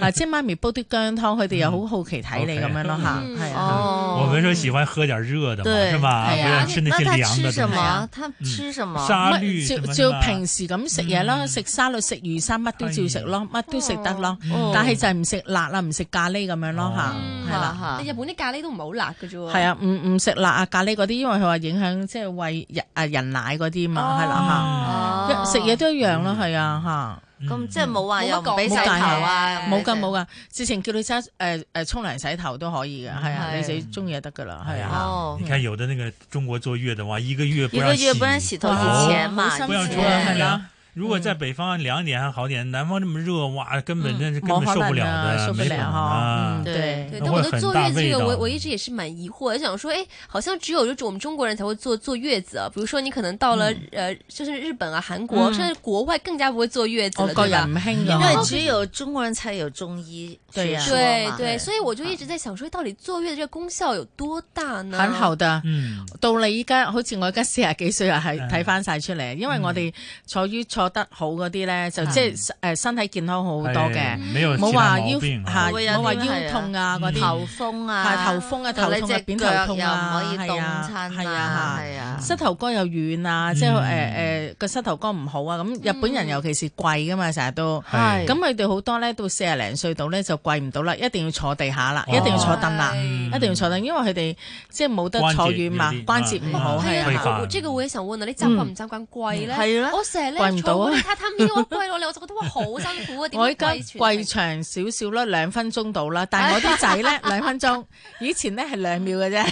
Speaker 2: 啊，即係媽咪煲啲姜湯，佢哋又好好奇睇你
Speaker 3: OK
Speaker 2: 咁樣咯嚇，
Speaker 6: 嗯
Speaker 2: 係啊。
Speaker 5: 哦
Speaker 3: 我们说喜欢喝点热的嘛，
Speaker 5: 对
Speaker 3: 是吧？
Speaker 2: 哎
Speaker 3: 啊不
Speaker 2: 呀
Speaker 3: 要吃那些
Speaker 5: 那他
Speaker 3: 凉的
Speaker 5: 吃
Speaker 3: 东西。啊嗯
Speaker 5: 什麼？他吃什麼？
Speaker 3: 沙律
Speaker 2: 乜
Speaker 3: 什
Speaker 2: 啊照
Speaker 3: 么
Speaker 2: 照
Speaker 3: 的
Speaker 2: 平時咁食嘢啦，食沙律、食魚生，乜都照食咯，乜都食得咯。
Speaker 3: 哦
Speaker 2: 但係就係唔食辣啦，唔食咖喱咁樣咯嚇，
Speaker 3: 嗯
Speaker 2: 係啦。
Speaker 5: 嚇
Speaker 6: 哎你日本啲咖喱都唔係好辣嘅啫 喎。
Speaker 2: 係啊，唔唔食辣啊咖喱嗰啲，因為佢話影響即係喂人啊人奶嗰啲嘛，係啦
Speaker 5: 哦
Speaker 2: 嚇。一食嘢都一樣咯，係啊嚇。
Speaker 3: 嗯
Speaker 5: 咁即係冇話
Speaker 6: 冇乜
Speaker 5: 又唔
Speaker 6: 講
Speaker 5: 俾洗
Speaker 2: 冇
Speaker 5: 頭
Speaker 2: 戒
Speaker 5: 啊？
Speaker 2: 冇噶冇噶，直情叫你揸誒誒沖涼洗頭都可以嘅，係啊，
Speaker 5: 嗯係
Speaker 2: 你自己中意就得噶啦，係啊。
Speaker 5: 哦
Speaker 3: 哎你看有的那个中国坐月的哇，一个月不
Speaker 5: 一個
Speaker 3: 让洗
Speaker 5: 月不能洗頭
Speaker 3: 哦
Speaker 5: 之前嘛，
Speaker 2: 好心
Speaker 3: 不让
Speaker 5: 之
Speaker 2: 酸
Speaker 3: 出来
Speaker 5: 前
Speaker 3: 很
Speaker 2: 係
Speaker 3: 凉
Speaker 2: 啦。
Speaker 3: 如果
Speaker 2: 嗯
Speaker 3: 在北方凉点还好点，南方这么热哇，根本这根本
Speaker 2: 冇
Speaker 3: 受
Speaker 2: 可
Speaker 3: 不
Speaker 2: 能啊
Speaker 3: 的，
Speaker 2: 受不
Speaker 3: 没可能
Speaker 2: 了
Speaker 5: 哦
Speaker 2: 哈，
Speaker 3: 啊
Speaker 2: 嗯，。
Speaker 5: 对
Speaker 2: 对，
Speaker 6: 对，
Speaker 3: 那
Speaker 6: 但
Speaker 3: 会
Speaker 6: 我的
Speaker 3: 很
Speaker 6: 坐
Speaker 3: 大
Speaker 6: 月子
Speaker 3: 味
Speaker 6: 这个，
Speaker 3: 道
Speaker 6: 我我一直也是蛮疑惑，我想说，哎，好像只有就是我们中国人才会坐坐月子啊。比如说你可能到了、呃，就是日本啊、韩国，
Speaker 2: 嗯哦
Speaker 6: 甚至国外更加不会坐月子
Speaker 2: 我
Speaker 6: 了，
Speaker 2: 個
Speaker 6: 对
Speaker 2: 人
Speaker 6: 吧？
Speaker 2: 唔興
Speaker 5: 因為
Speaker 2: 嘅，
Speaker 5: 只有中國人才有中醫
Speaker 2: 對
Speaker 5: 學
Speaker 2: 呀
Speaker 5: 說
Speaker 6: 对
Speaker 5: 嘛
Speaker 6: 对，所以我就一直在想说，到底坐月子这个功效有多大
Speaker 5: 啊
Speaker 6: 呢？
Speaker 2: 很後得。
Speaker 3: 嗯，
Speaker 2: 到你依家，好似我而家四十幾歲又係睇翻晒出嚟，因為
Speaker 5: 嗯
Speaker 2: 我哋坐於坐得好嗰啲咧，就即係誒身體健康好好多
Speaker 3: 哎
Speaker 2: 嘅，
Speaker 3: 没有
Speaker 2: 冇
Speaker 3: 其他
Speaker 2: 話
Speaker 3: 毛
Speaker 2: 腰
Speaker 3: 病
Speaker 2: 嚇，
Speaker 3: 啊
Speaker 5: 會有啲
Speaker 2: 冇話
Speaker 5: 咩係啊
Speaker 2: 腰痛啊嗰啲，
Speaker 5: 頭風啊，
Speaker 2: 係頭風啊、頭
Speaker 5: 同你
Speaker 2: 痛啊、扁
Speaker 5: 隻
Speaker 2: 頭
Speaker 5: 腳
Speaker 2: 痛
Speaker 5: 又唔
Speaker 2: 啊，
Speaker 5: 可以
Speaker 2: 係
Speaker 5: 凍
Speaker 2: 啊，
Speaker 5: 親
Speaker 2: 係啊
Speaker 5: 啊，。係啊，
Speaker 2: 膝頭哥又軟啊，即係
Speaker 3: 嗯
Speaker 2: 誒誒個膝頭哥唔好啊。咁日本人尤其是跪噶嘛，成日都
Speaker 3: 係
Speaker 2: 咁佢哋好多咧，到四廿零歲度咧就跪唔到啦，一定要坐地下啦，
Speaker 3: 哦
Speaker 2: 一定要坐凳啦，
Speaker 3: 嗯
Speaker 6: 哎
Speaker 2: 一定要坐凳，因為佢哋即係冇得坐遠嘛
Speaker 3: 關節有啲，
Speaker 2: 關節唔好
Speaker 3: 啊
Speaker 2: 係
Speaker 3: 退
Speaker 2: 啊。
Speaker 3: 化
Speaker 6: 我我这个我也想问呢，你習慣唔習慣跪咧？
Speaker 5: 係啦
Speaker 6: 我成日咧
Speaker 2: 跪唔到到啊
Speaker 6: 我！榻榻米我跪落嚟，我就覺得哇好辛苦啊！點
Speaker 2: 我
Speaker 6: 解
Speaker 2: 依家
Speaker 6: 跪全
Speaker 2: 跪
Speaker 6: 程
Speaker 2: 長少少啦，兩分鐘到啦。但係我啲仔咧兩分鐘，以前咧係兩秒嘅啫。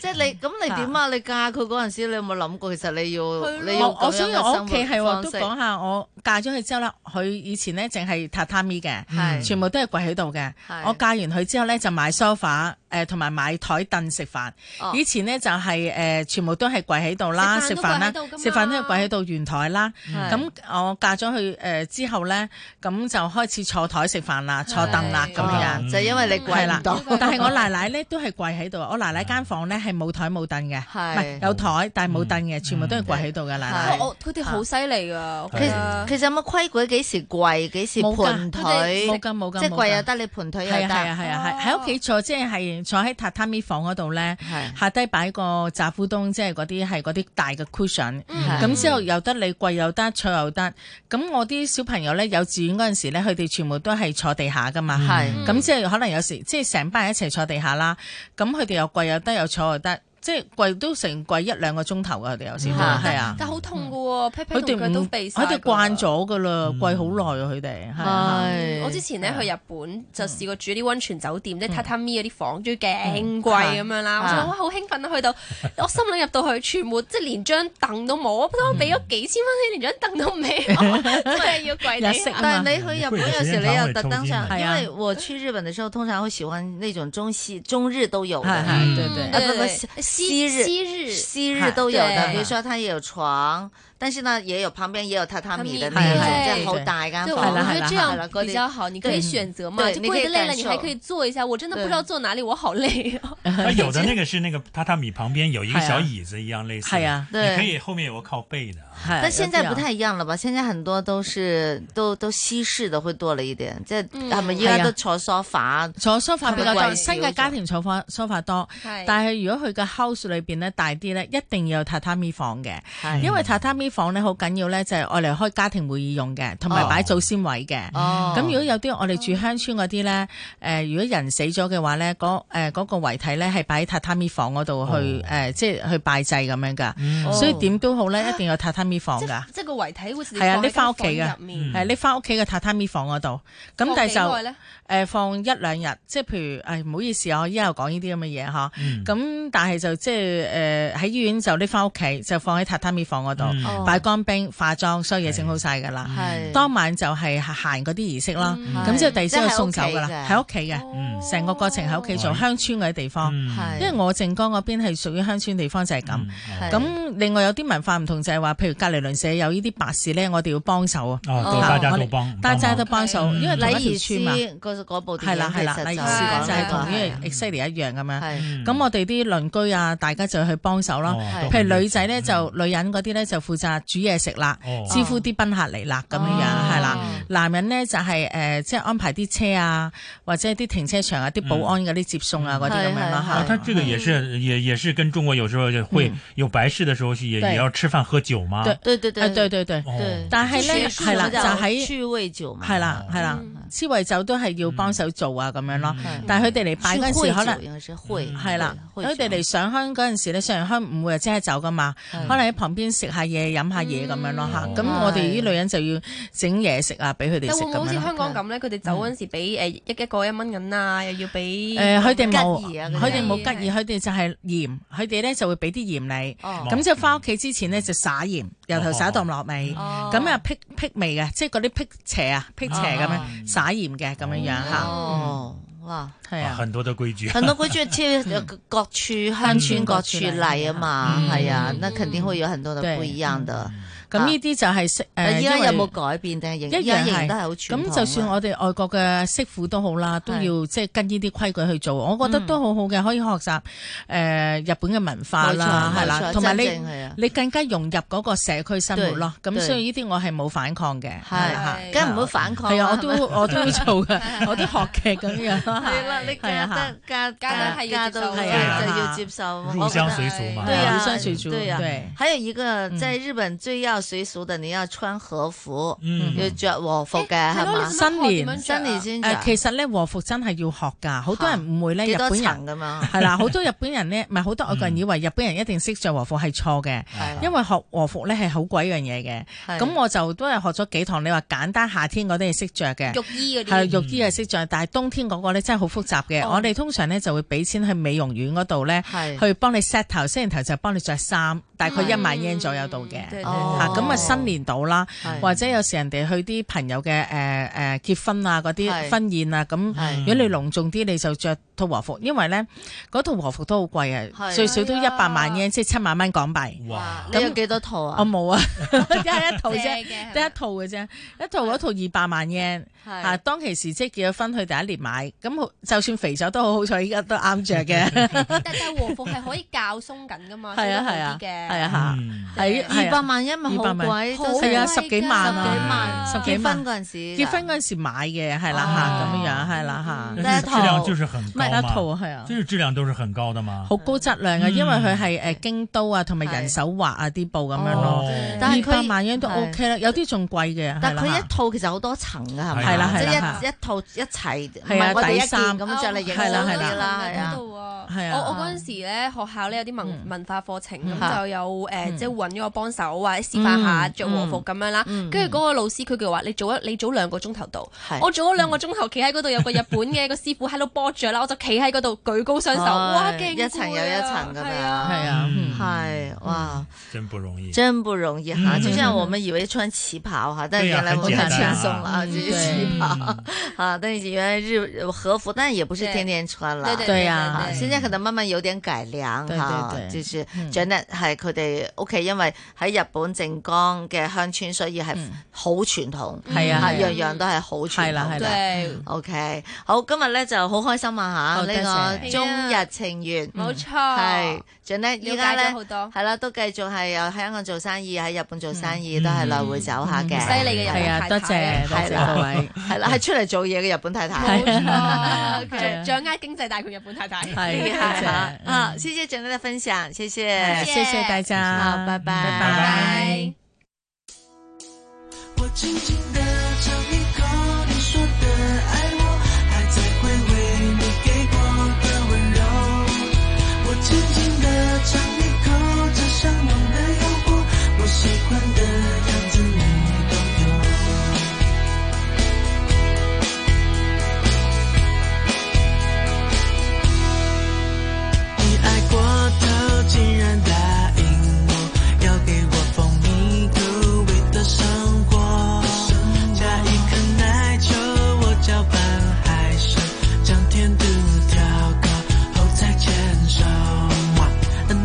Speaker 5: 即係你咁你點啊？你嫁佢嗰陣時，你有冇諗過其實你要你要
Speaker 2: 我我所以我屋企係
Speaker 5: 我
Speaker 2: 我都講下，我嫁咗佢之後啦，佢以前咧淨係榻榻米嘅，
Speaker 5: 係
Speaker 2: 全部都係跪喺度嘅。
Speaker 5: 係
Speaker 2: 我嫁完佢之後咧就買 sofa，誒同埋買台凳食飯。
Speaker 5: 哦
Speaker 2: 以前咧就係、誒全部都係跪喺度啦，
Speaker 6: 食
Speaker 2: 食
Speaker 6: 飯
Speaker 2: 飯
Speaker 6: 都跪喺度
Speaker 2: 啦
Speaker 6: 㗎嘛，
Speaker 2: 食飯都係跪喺度圓台啦。
Speaker 5: 係
Speaker 2: 咁我嫁咗佢誒之後咧，咁就開始坐台食飯啦，坐凳啦咁
Speaker 5: 咁
Speaker 2: 樣。
Speaker 5: 樣，就因為你哦跪
Speaker 2: 係
Speaker 5: 唔
Speaker 2: 啦
Speaker 5: 到，，
Speaker 2: 但係我奶奶咧都係跪喺度啊！我奶奶間房咧係冇台冇凳嘅，唔
Speaker 5: 係
Speaker 2: 係有台但係冇凳
Speaker 5: 嗯
Speaker 2: 嘅，全部都係跪喺度嘅奶奶
Speaker 5: 係。
Speaker 6: 我佢哋好犀利噶，我覺得
Speaker 5: 其其實有冇規矩幾時跪幾時
Speaker 2: 冇㗎
Speaker 5: 盤腿？
Speaker 2: 冇㗎冇㗎
Speaker 5: 即係跪
Speaker 2: 冇㗎
Speaker 5: 又得，你盤腿又
Speaker 2: 係啊係啊
Speaker 5: 得。
Speaker 2: 係啊係
Speaker 6: 哦
Speaker 2: 喺屋企坐，即係坐喺榻榻米房嗰度咧
Speaker 5: 係，
Speaker 2: 下低擺個炸烏冬，即係嗰啲係嗰啲大嘅 cushion。
Speaker 6: 嗯
Speaker 5: 係
Speaker 2: 咁之後有得你跪又得，坐又得。咁我啲小朋友咧幼稚園嗰陣時咧，佢哋全部都係坐地下噶嘛。
Speaker 5: 係
Speaker 2: 咁即係可能有時即係成班人一齊坐地下啦，咁佢哋又跪又得，又坐又得，即係跪都成跪一兩個鐘頭㗎，佢哋有時都
Speaker 5: 嚇
Speaker 2: 係啊，
Speaker 6: 但好痛噶喎，屁
Speaker 2: 佢
Speaker 6: 屁
Speaker 2: 哋
Speaker 6: 同腳
Speaker 2: 唔
Speaker 6: 都避晒
Speaker 2: 佢
Speaker 6: 㗎
Speaker 2: 哋慣。咗㗎啦，跪
Speaker 5: 嗯
Speaker 2: 好耐啊，佢哋係啊
Speaker 5: 係
Speaker 6: 嗯我之前咧去日本就試過住啲温泉酒店，即
Speaker 2: 嗯
Speaker 6: 係榻榻米嗰啲房，最勁貴咁樣啦。
Speaker 5: 嗯
Speaker 6: 我想哇好興奮啊，去到我心諗入到去，全部即係連張凳都冇，我不過我俾咗幾千蚊，連張凳都未， 我真係要跪
Speaker 2: 日
Speaker 6: 地
Speaker 2: 式
Speaker 6: 下。
Speaker 2: 啊
Speaker 5: 但
Speaker 2: 嘛，
Speaker 5: 係你去日本有時你又特登上，
Speaker 2: 係
Speaker 5: 因
Speaker 2: 啊
Speaker 5: 為我去日本的時候通常會喜歡那種中西中日都有
Speaker 2: 係
Speaker 5: 的，
Speaker 2: 係對對
Speaker 5: 啊
Speaker 6: 對
Speaker 5: 不不
Speaker 6: 對
Speaker 5: 西
Speaker 6: 對
Speaker 5: 西日
Speaker 6: 呃昔日
Speaker 5: 昔日都有的，
Speaker 6: 對
Speaker 5: 比如說它也有床，但是呢也有旁邊也有榻榻米的那
Speaker 2: 榻榻
Speaker 5: 一
Speaker 2: 米
Speaker 5: 種，
Speaker 6: 對
Speaker 5: 即係好大間
Speaker 6: 对，我
Speaker 5: 房
Speaker 2: 係啦
Speaker 6: 觉得
Speaker 2: 係啦
Speaker 6: 这
Speaker 5: 係啦
Speaker 6: 样
Speaker 5: 嗰啲
Speaker 6: 比较好，你可以选择嘛。
Speaker 5: 對
Speaker 6: 就
Speaker 5: 你
Speaker 6: 跪
Speaker 5: 可
Speaker 6: 得
Speaker 5: 以
Speaker 6: 累
Speaker 5: 感
Speaker 6: 了，你还
Speaker 5: 受
Speaker 6: 可以坐一下。我真的不
Speaker 5: 對
Speaker 6: 知道坐哪里，我好累 哦。
Speaker 3: 它啊有的那个是那个榻榻米旁边有一个
Speaker 2: 是啊
Speaker 3: 小椅子一样类似的，
Speaker 2: 是啊
Speaker 5: 对
Speaker 3: 你可以后面有个靠背的啊，
Speaker 2: 係
Speaker 5: 但現在不
Speaker 2: 有啲啊
Speaker 5: 太一樣了吧？現在很多都是都都西式的會多了一點，即係
Speaker 6: 嗯
Speaker 5: 係咪依家
Speaker 2: 係啊
Speaker 5: 都坐 sofa？啊
Speaker 2: 坐 sofa 比較
Speaker 5: 係咪
Speaker 2: 多，
Speaker 5: 貴
Speaker 2: 新嘅家庭坐翻 sofa 多，
Speaker 6: 係
Speaker 2: 但係如果佢嘅 house 裏邊咧大啲咧，一定要有榻榻米房嘅。
Speaker 5: 係
Speaker 3: 嗯
Speaker 2: 因為榻榻米房咧好緊要咧，就係我嚟開家庭會議用嘅，同埋
Speaker 5: 哦
Speaker 2: 擺祖先位嘅。
Speaker 5: 哦
Speaker 2: 咁如果有啲我哋住鄉村嗰啲咧，誒如果人死咗嘅話咧，嗰誒嗰個遺體咧係擺喺榻榻米房嗰度去
Speaker 3: 哦
Speaker 2: 誒，即係去拜祭咁樣噶。
Speaker 3: 嗯
Speaker 5: 哦
Speaker 2: 所以點都好咧，一定有榻榻米房
Speaker 6: 即
Speaker 2: 噶，
Speaker 6: 即個遺體會
Speaker 2: 係
Speaker 6: 放喺
Speaker 2: 啊你返屋
Speaker 6: 間房
Speaker 2: 企㗎
Speaker 6: 入
Speaker 3: 嗯
Speaker 6: 面。
Speaker 2: 係你翻屋企嘅榻榻米房嗰度。咁
Speaker 6: 放
Speaker 2: 但
Speaker 6: 幾
Speaker 2: 係就
Speaker 6: 耐。咧
Speaker 2: 誒放一兩日，即係譬如誒唔好意思啊，我依家又講呢啲咁嘅嘢嚇。
Speaker 3: 嗯
Speaker 2: 咁、但係就即係誒喺醫院就拎翻屋企，就放喺榻榻米房嗰度、
Speaker 3: 嗯
Speaker 2: 擺乾冰、化妝，所有嘢整好晒㗎啦。
Speaker 5: 係
Speaker 2: 當晚就係行嗰啲儀式啦，
Speaker 6: 嗯哦
Speaker 2: 咁之後第二朝就送走㗎啦，哦
Speaker 5: 即係喺
Speaker 2: 喺
Speaker 5: 屋
Speaker 2: 屋企嘅，
Speaker 3: 嗯
Speaker 2: 成個過程喺屋企做
Speaker 3: 哦
Speaker 2: 鄉村嗰啲地方。
Speaker 3: 嗯哦
Speaker 5: 係
Speaker 2: 因為我靜江嗰邊係屬於鄉村地方就係咁。
Speaker 5: 係
Speaker 3: 嗯
Speaker 2: 咁另外有啲文化唔同就係話，譬如隔離鄰舍有呢啲白事咧，我哋要幫手啊，
Speaker 3: 哦，
Speaker 5: 哦
Speaker 3: 都大家
Speaker 2: 我
Speaker 3: 都
Speaker 2: 哋
Speaker 3: 幫，
Speaker 2: 大家都
Speaker 3: 幫
Speaker 2: 幫手，
Speaker 3: 嗯
Speaker 2: 因為同
Speaker 5: 禮
Speaker 2: 一條
Speaker 5: 儀
Speaker 2: 村嘛。
Speaker 5: 師嗰嗰部電
Speaker 2: 係
Speaker 5: 影
Speaker 2: 啦係啦，
Speaker 5: 其實
Speaker 2: 禮儀
Speaker 5: 就
Speaker 2: 師講就係同
Speaker 6: 呢
Speaker 2: 呢個 exactly 一樣咁樣。
Speaker 5: 係
Speaker 3: 嗯
Speaker 2: 咁我哋啲鄰居啊，大家就去幫手啦。
Speaker 3: 哦
Speaker 2: 譬
Speaker 3: 都
Speaker 2: 如
Speaker 3: 好
Speaker 2: 女仔咧，就
Speaker 5: 嗯
Speaker 2: 女人嗰啲咧就負責煮嘢食啦
Speaker 3: 哦，
Speaker 2: 招呼啲賓客嚟啦，咁樣樣
Speaker 5: 哦
Speaker 2: 係啦。男人咧就係誒，即係安排啲車啊，或者啲停車場啊、啲保安嗰啲接送啊嗰啲咁樣啦
Speaker 5: 嗯係係
Speaker 3: 啊
Speaker 5: 係，
Speaker 3: 他
Speaker 2: 嚇。
Speaker 3: 这个也是，也也是跟中国有时候就会有白事的时候，是也
Speaker 2: 对
Speaker 3: 也要吃饭喝酒嘛。
Speaker 2: 对
Speaker 5: 對對對
Speaker 2: 誒啊對對對，
Speaker 3: 哦
Speaker 5: 對
Speaker 2: 但係咧
Speaker 5: 是
Speaker 2: 係啦，就
Speaker 5: 就嗯
Speaker 2: 喺
Speaker 5: 趣味酒嘛，
Speaker 2: 係啦係啦，黐圍酒都係要幫手做啊咁樣咯
Speaker 5: 哦嗯。
Speaker 2: 但係佢哋嚟拜嗰陣時可能。嗯
Speaker 5: 有時會嗯
Speaker 2: 係啦，
Speaker 5: 會
Speaker 2: 佢哋嚟上香嗰陣時咧，上完香唔會啊即刻走噶嘛，
Speaker 5: 係
Speaker 2: 可能喺旁邊食下嘢、飲下嘢咁樣咯嚇。
Speaker 3: 嗯
Speaker 2: 咁
Speaker 5: 係
Speaker 2: 我哋啲女人就要整嘢食啊，俾佢哋
Speaker 6: 但會
Speaker 2: 食
Speaker 6: 唔會
Speaker 2: 咁
Speaker 6: 好似
Speaker 2: 樣
Speaker 6: 香
Speaker 2: 咯。嗯
Speaker 6: 港咁咧？佢哋走嗰陣時俾誒一一個一蚊銀啊，又要俾
Speaker 2: 誒，佢哋冇，
Speaker 5: 吉儀啊嗰啲
Speaker 2: 佢哋冇吉
Speaker 6: 吉
Speaker 2: 儀，
Speaker 6: 儀
Speaker 2: 佢哋就係鹽，佢哋咧就會俾啲鹽你。
Speaker 5: 哦
Speaker 2: 咁就翻屋企之前咧就撒鹽，由頭撒到落尾。
Speaker 6: 哦
Speaker 2: 咁啊辟辟味嘅，即係嗰啲辟邪啊、辟邪咁
Speaker 5: 哦
Speaker 2: 樣撒鹽嘅咁樣樣嚇，
Speaker 5: 哦哇。
Speaker 2: 係
Speaker 3: 啊
Speaker 2: 啊。
Speaker 3: 很多的规矩。
Speaker 5: 很多规矩，其
Speaker 2: 嗯
Speaker 5: 實各處鄉村各處例啊嘛，係啊，那肯定會有很多的不一樣的。
Speaker 2: 咁呢啲就係識誒，
Speaker 5: 啊依家有
Speaker 2: 嗯因
Speaker 5: 冇
Speaker 2: 為
Speaker 5: 改變定係仍
Speaker 2: 一
Speaker 5: 依家
Speaker 2: 樣
Speaker 5: 仍然
Speaker 2: 係
Speaker 5: 都係好傳統啊
Speaker 2: 咁就算我哋外國嘅媳婦都好啦，都
Speaker 5: 係嗯
Speaker 2: 要即係跟呢啲規矩去做，我覺得都好好嘅，可以學習誒、呃日本嘅文化
Speaker 5: 冇錯
Speaker 2: 啦，係
Speaker 5: 冇
Speaker 2: 啦，
Speaker 5: 錯
Speaker 2: 同埋
Speaker 5: 真
Speaker 2: 你
Speaker 5: 正係啊
Speaker 2: 你更加融入嗰個社區生活咯。
Speaker 5: 對
Speaker 2: 咁所以呢啲我係冇反抗嘅，
Speaker 5: 係
Speaker 2: 啦
Speaker 6: 係
Speaker 5: 梗係唔會反抗啦
Speaker 2: 係啊，我都我都做嘅， 我都學嘅咁樣
Speaker 3: 啊
Speaker 2: 啊啦。
Speaker 5: 係啊啦，你嫁得嫁
Speaker 6: 嫁得係
Speaker 5: 嫁
Speaker 6: 要接
Speaker 5: 到
Speaker 6: 受
Speaker 5: 就
Speaker 2: 係啊
Speaker 5: 要接受，
Speaker 3: 入
Speaker 5: 我覺
Speaker 3: 乡
Speaker 5: 得
Speaker 3: 随俗嘛。
Speaker 5: 對啊
Speaker 2: 互相隨俗
Speaker 5: 對啊
Speaker 2: 對
Speaker 5: 還有一個在日本最要水俗的，你要穿和服，
Speaker 3: 嗯
Speaker 5: 要着和服嘅係嘛？
Speaker 6: 新年
Speaker 5: 新年先
Speaker 2: 誒，其
Speaker 5: 着，
Speaker 2: 實咧和服真係要學㗎，好多人誤會咧
Speaker 5: 幾
Speaker 2: 日
Speaker 5: 多
Speaker 2: 本人
Speaker 5: 層。嗯咁樣？
Speaker 2: 係啦，好多日本人咧，唔係好多外國人以為日本人一定識着和服係錯嘅，
Speaker 5: 係
Speaker 3: 啊
Speaker 2: 因為學和服咧係好鬼樣嘢嘅。
Speaker 5: 係
Speaker 2: 咁我就都係學咗幾堂，你話簡單夏天嗰啲係識着嘅。
Speaker 6: 浴衣嗰
Speaker 2: 係
Speaker 6: 啲，
Speaker 2: 浴衣係識着，但係冬天嗰個咧真係好複雜嘅。
Speaker 6: 哦
Speaker 2: 我哋通常咧就會俾錢去美容院嗰度咧，
Speaker 5: 係
Speaker 2: 去幫你 set 頭，set 完頭就幫你着衫，大
Speaker 6: 嗯
Speaker 2: 概一萬 yen 左右度嘅。
Speaker 6: 對對
Speaker 5: 哦
Speaker 2: 嚇咁啊新年到啦
Speaker 6: 哦
Speaker 5: 係，
Speaker 2: 或者有時人哋去啲朋友嘅誒誒結婚啊嗰
Speaker 5: 係
Speaker 2: 啲婚宴啊，咁
Speaker 5: 係
Speaker 3: 嗯
Speaker 2: 如果你隆重啲，你就着套和服，因為咧嗰套和服都好貴啊，
Speaker 5: 係
Speaker 2: 最少都一
Speaker 6: 係啊
Speaker 2: 百萬 yen，即係七萬蚊港幣。
Speaker 5: 哇
Speaker 3: 哇！！
Speaker 5: 你有幾多套
Speaker 2: 我
Speaker 5: 啊？
Speaker 2: 冇啊，只係一套啫
Speaker 6: 借嘅，
Speaker 2: 得一套嘅啫，一套嗰套二百萬 yen。啊，當其時即係結咗婚去第一年買，咁好就算肥咗都好好彩，依家都啱着 嘅。啊
Speaker 6: 但但和服係可以較鬆緊噶嘛，
Speaker 2: 係
Speaker 6: 所以
Speaker 2: 啊係
Speaker 6: 都好
Speaker 2: 啊
Speaker 6: 啲，嘅，
Speaker 2: 係啊
Speaker 3: 嗯
Speaker 2: 嚇，係
Speaker 5: 二
Speaker 2: 係
Speaker 5: 百
Speaker 2: 啊
Speaker 5: 萬一咪好
Speaker 2: 200萬
Speaker 5: 貴，
Speaker 6: 好
Speaker 5: 真
Speaker 2: 係啊
Speaker 5: 係
Speaker 2: 十幾萬
Speaker 3: 啊
Speaker 6: 十幾
Speaker 2: 十幾
Speaker 5: 結
Speaker 2: 萬
Speaker 5: 婚嗰陣時，啊
Speaker 2: 結婚嗰陣時買嘅，係啦
Speaker 5: 哦嗯
Speaker 2: 嚇，咁樣樣係啦嚇。
Speaker 3: 但是
Speaker 5: 那
Speaker 3: 质
Speaker 5: 套
Speaker 3: 量就是很
Speaker 2: 咪
Speaker 3: 高
Speaker 2: 一
Speaker 3: 嘛
Speaker 2: 套，係啊，
Speaker 3: 就是质量都是很高的嘛。
Speaker 2: 好高質量嘅，啊
Speaker 3: 嗯
Speaker 2: 因為佢係誒京都啊，同埋
Speaker 5: 係
Speaker 2: 人手畫啊啲布咁樣
Speaker 5: 哦
Speaker 2: 咯。
Speaker 5: 但
Speaker 2: 二
Speaker 5: 係佢
Speaker 2: 百萬英都 OK 啦，有啲仲貴嘅，
Speaker 5: 但
Speaker 2: 係啦
Speaker 5: 佢一
Speaker 2: 嚇
Speaker 5: 套其實好多層㗎，係咪？
Speaker 3: 係啦
Speaker 5: 即
Speaker 2: 係啦
Speaker 5: 係一一套一齊，唔
Speaker 2: 係啊
Speaker 5: 哦係我哋一
Speaker 2: 底
Speaker 5: 件咁
Speaker 2: 衫
Speaker 5: 着嚟影
Speaker 2: 係啦
Speaker 5: 相嗰
Speaker 2: 係啦
Speaker 5: 啲啦，係啊。
Speaker 6: 啊
Speaker 2: 係啊
Speaker 6: 我我嗰陣時咧，學校咧有啲文文化課程，
Speaker 5: 嗯
Speaker 6: 咁就有誒，即係揾咗個幫手或者示範下着和服咁樣啦。
Speaker 5: 嗯
Speaker 6: 跟住嗰個老師佢就話：你早一你早兩個鐘頭到
Speaker 5: 係，
Speaker 6: 我早咗兩個鐘頭，企喺嗰度有個日本嘅個師傅喺度波着啦，我就企喺嗰度舉高雙手，哇！
Speaker 5: 係
Speaker 6: 勁
Speaker 5: 哦一層又一層咁樣
Speaker 6: 攰啊係啊
Speaker 2: 係啊，
Speaker 3: 嗯
Speaker 2: 嗯
Speaker 5: 係哇，
Speaker 3: 真不容易。
Speaker 5: 真不容易哈！
Speaker 3: 嗯
Speaker 5: 就像我们以为穿旗袍哈，但
Speaker 3: 对呀
Speaker 5: 原来我们
Speaker 3: 很简
Speaker 5: 很轻
Speaker 3: 单啊
Speaker 5: 松了啊，
Speaker 2: 嗯
Speaker 5: 这些
Speaker 2: 对
Speaker 5: 旗袍啊，但是原来日和服，但也不是
Speaker 6: 对
Speaker 5: 天天穿了。
Speaker 6: 對對
Speaker 2: 對
Speaker 6: 對
Speaker 2: 啊
Speaker 5: 啊！
Speaker 6: 對
Speaker 5: 現在可能慢慢有點改良
Speaker 2: 對
Speaker 5: 嚇，
Speaker 2: 對
Speaker 5: 就
Speaker 2: 對
Speaker 5: 是
Speaker 2: 嗯
Speaker 5: Janet 係佢哋屋企，因為喺日本靜岡嘅鄉村，所以係好傳統，
Speaker 2: 係啊
Speaker 5: 嚇
Speaker 2: 係啊
Speaker 5: 樣樣都係好傳統。
Speaker 2: 係啦係啦
Speaker 6: 對，
Speaker 5: OK，好，今日咧就好開心啊
Speaker 6: 哦
Speaker 2: 好
Speaker 5: 嚇！呢個
Speaker 2: 多謝
Speaker 5: 中日情緣
Speaker 6: 嗯冇
Speaker 5: 係
Speaker 6: 錯，
Speaker 5: Janet 依家
Speaker 6: 了解咗
Speaker 5: 咧
Speaker 6: 好。多，
Speaker 5: 係啦，都繼續係有呃喺香港做生意，喺日本做生
Speaker 6: 嗯
Speaker 5: 意，都係來回走下嘅。
Speaker 2: 嗯
Speaker 6: 犀利嘅日
Speaker 2: 係
Speaker 6: 本
Speaker 2: 啊，
Speaker 6: 太
Speaker 2: 多
Speaker 6: 太
Speaker 2: 謝多
Speaker 5: 係啦
Speaker 2: 謝各位，
Speaker 5: 係
Speaker 6: 嗯
Speaker 5: 啦，係出嚟做嘢嘅日本太 太。
Speaker 6: 冇錯
Speaker 2: 係啊
Speaker 6: 掌掌握經濟大權日本 太太。
Speaker 2: 係多謝
Speaker 5: 啊，
Speaker 2: 嗯
Speaker 5: 啊謝謝 Janet 的分享，謝
Speaker 2: 係
Speaker 6: 嗯
Speaker 5: 謝，
Speaker 2: 謝謝大家，
Speaker 5: 好，拜拜，
Speaker 3: 拜
Speaker 2: 拜
Speaker 6: 拜。
Speaker 1: 我轻轻地尝一口你说的爱我，还在回味你给我的温柔。我轻轻地尝一口这向往的诱惑，我喜欢的样子你都有。你爱过头竟然答应我，要给我蜂蜜苦味的生活。加一颗奶球，我搅拌海参，将甜度调高后再牵手。哇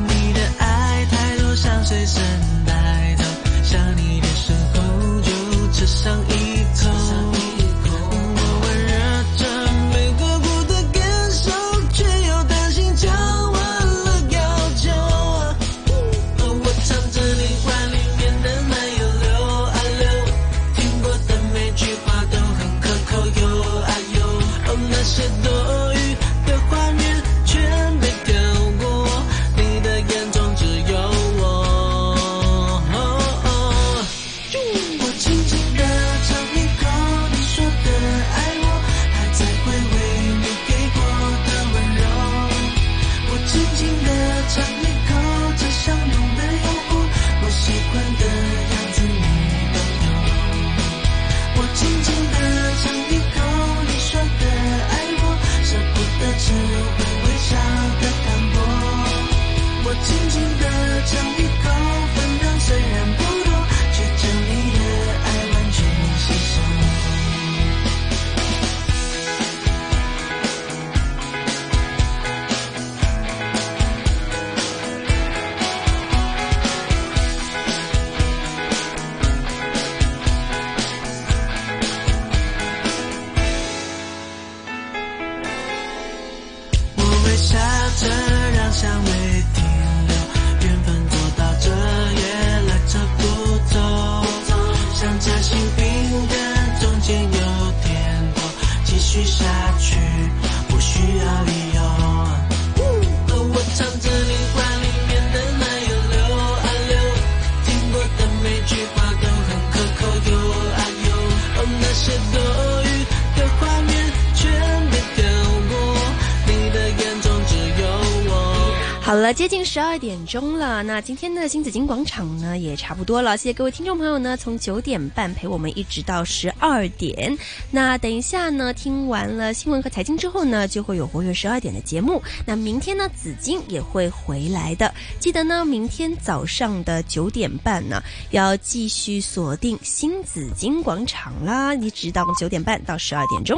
Speaker 1: 你的爱太多像水深海头，想你的时候就吃上一口。我温热着每个孤单感受，却又担心讲完了要走啊。我唱着你怀里面的慢悠悠啊溜，听过的每句话都很可口哟啊哟，哦那些多余的画面全被跳过，你的眼中只有我。我轻轻地尝一口你说的爱我，还在回味你给过的温柔。我轻轻地尝一口这香浓的诱惑，我喜欢的样子你都有。我轻轻地尝一口你说的爱我，舍不得只会微笑的淡薄。我轻轻地尝一口，分量虽然不多，却将你的爱完全吸收。嗯
Speaker 6: 好了，接近十二点钟了，那今天的新紫金广场呢也差不多了，谢谢各位听众朋友呢，从九点半陪我们一直到十二点。那等一下呢，听完了新闻和财经之后呢，就会有活跃十二点的节目。那明天呢，紫金也会回来的，记得呢，明天早上的九点半呢，要继续锁定新紫金广场啦，一直到九点半到十二点钟。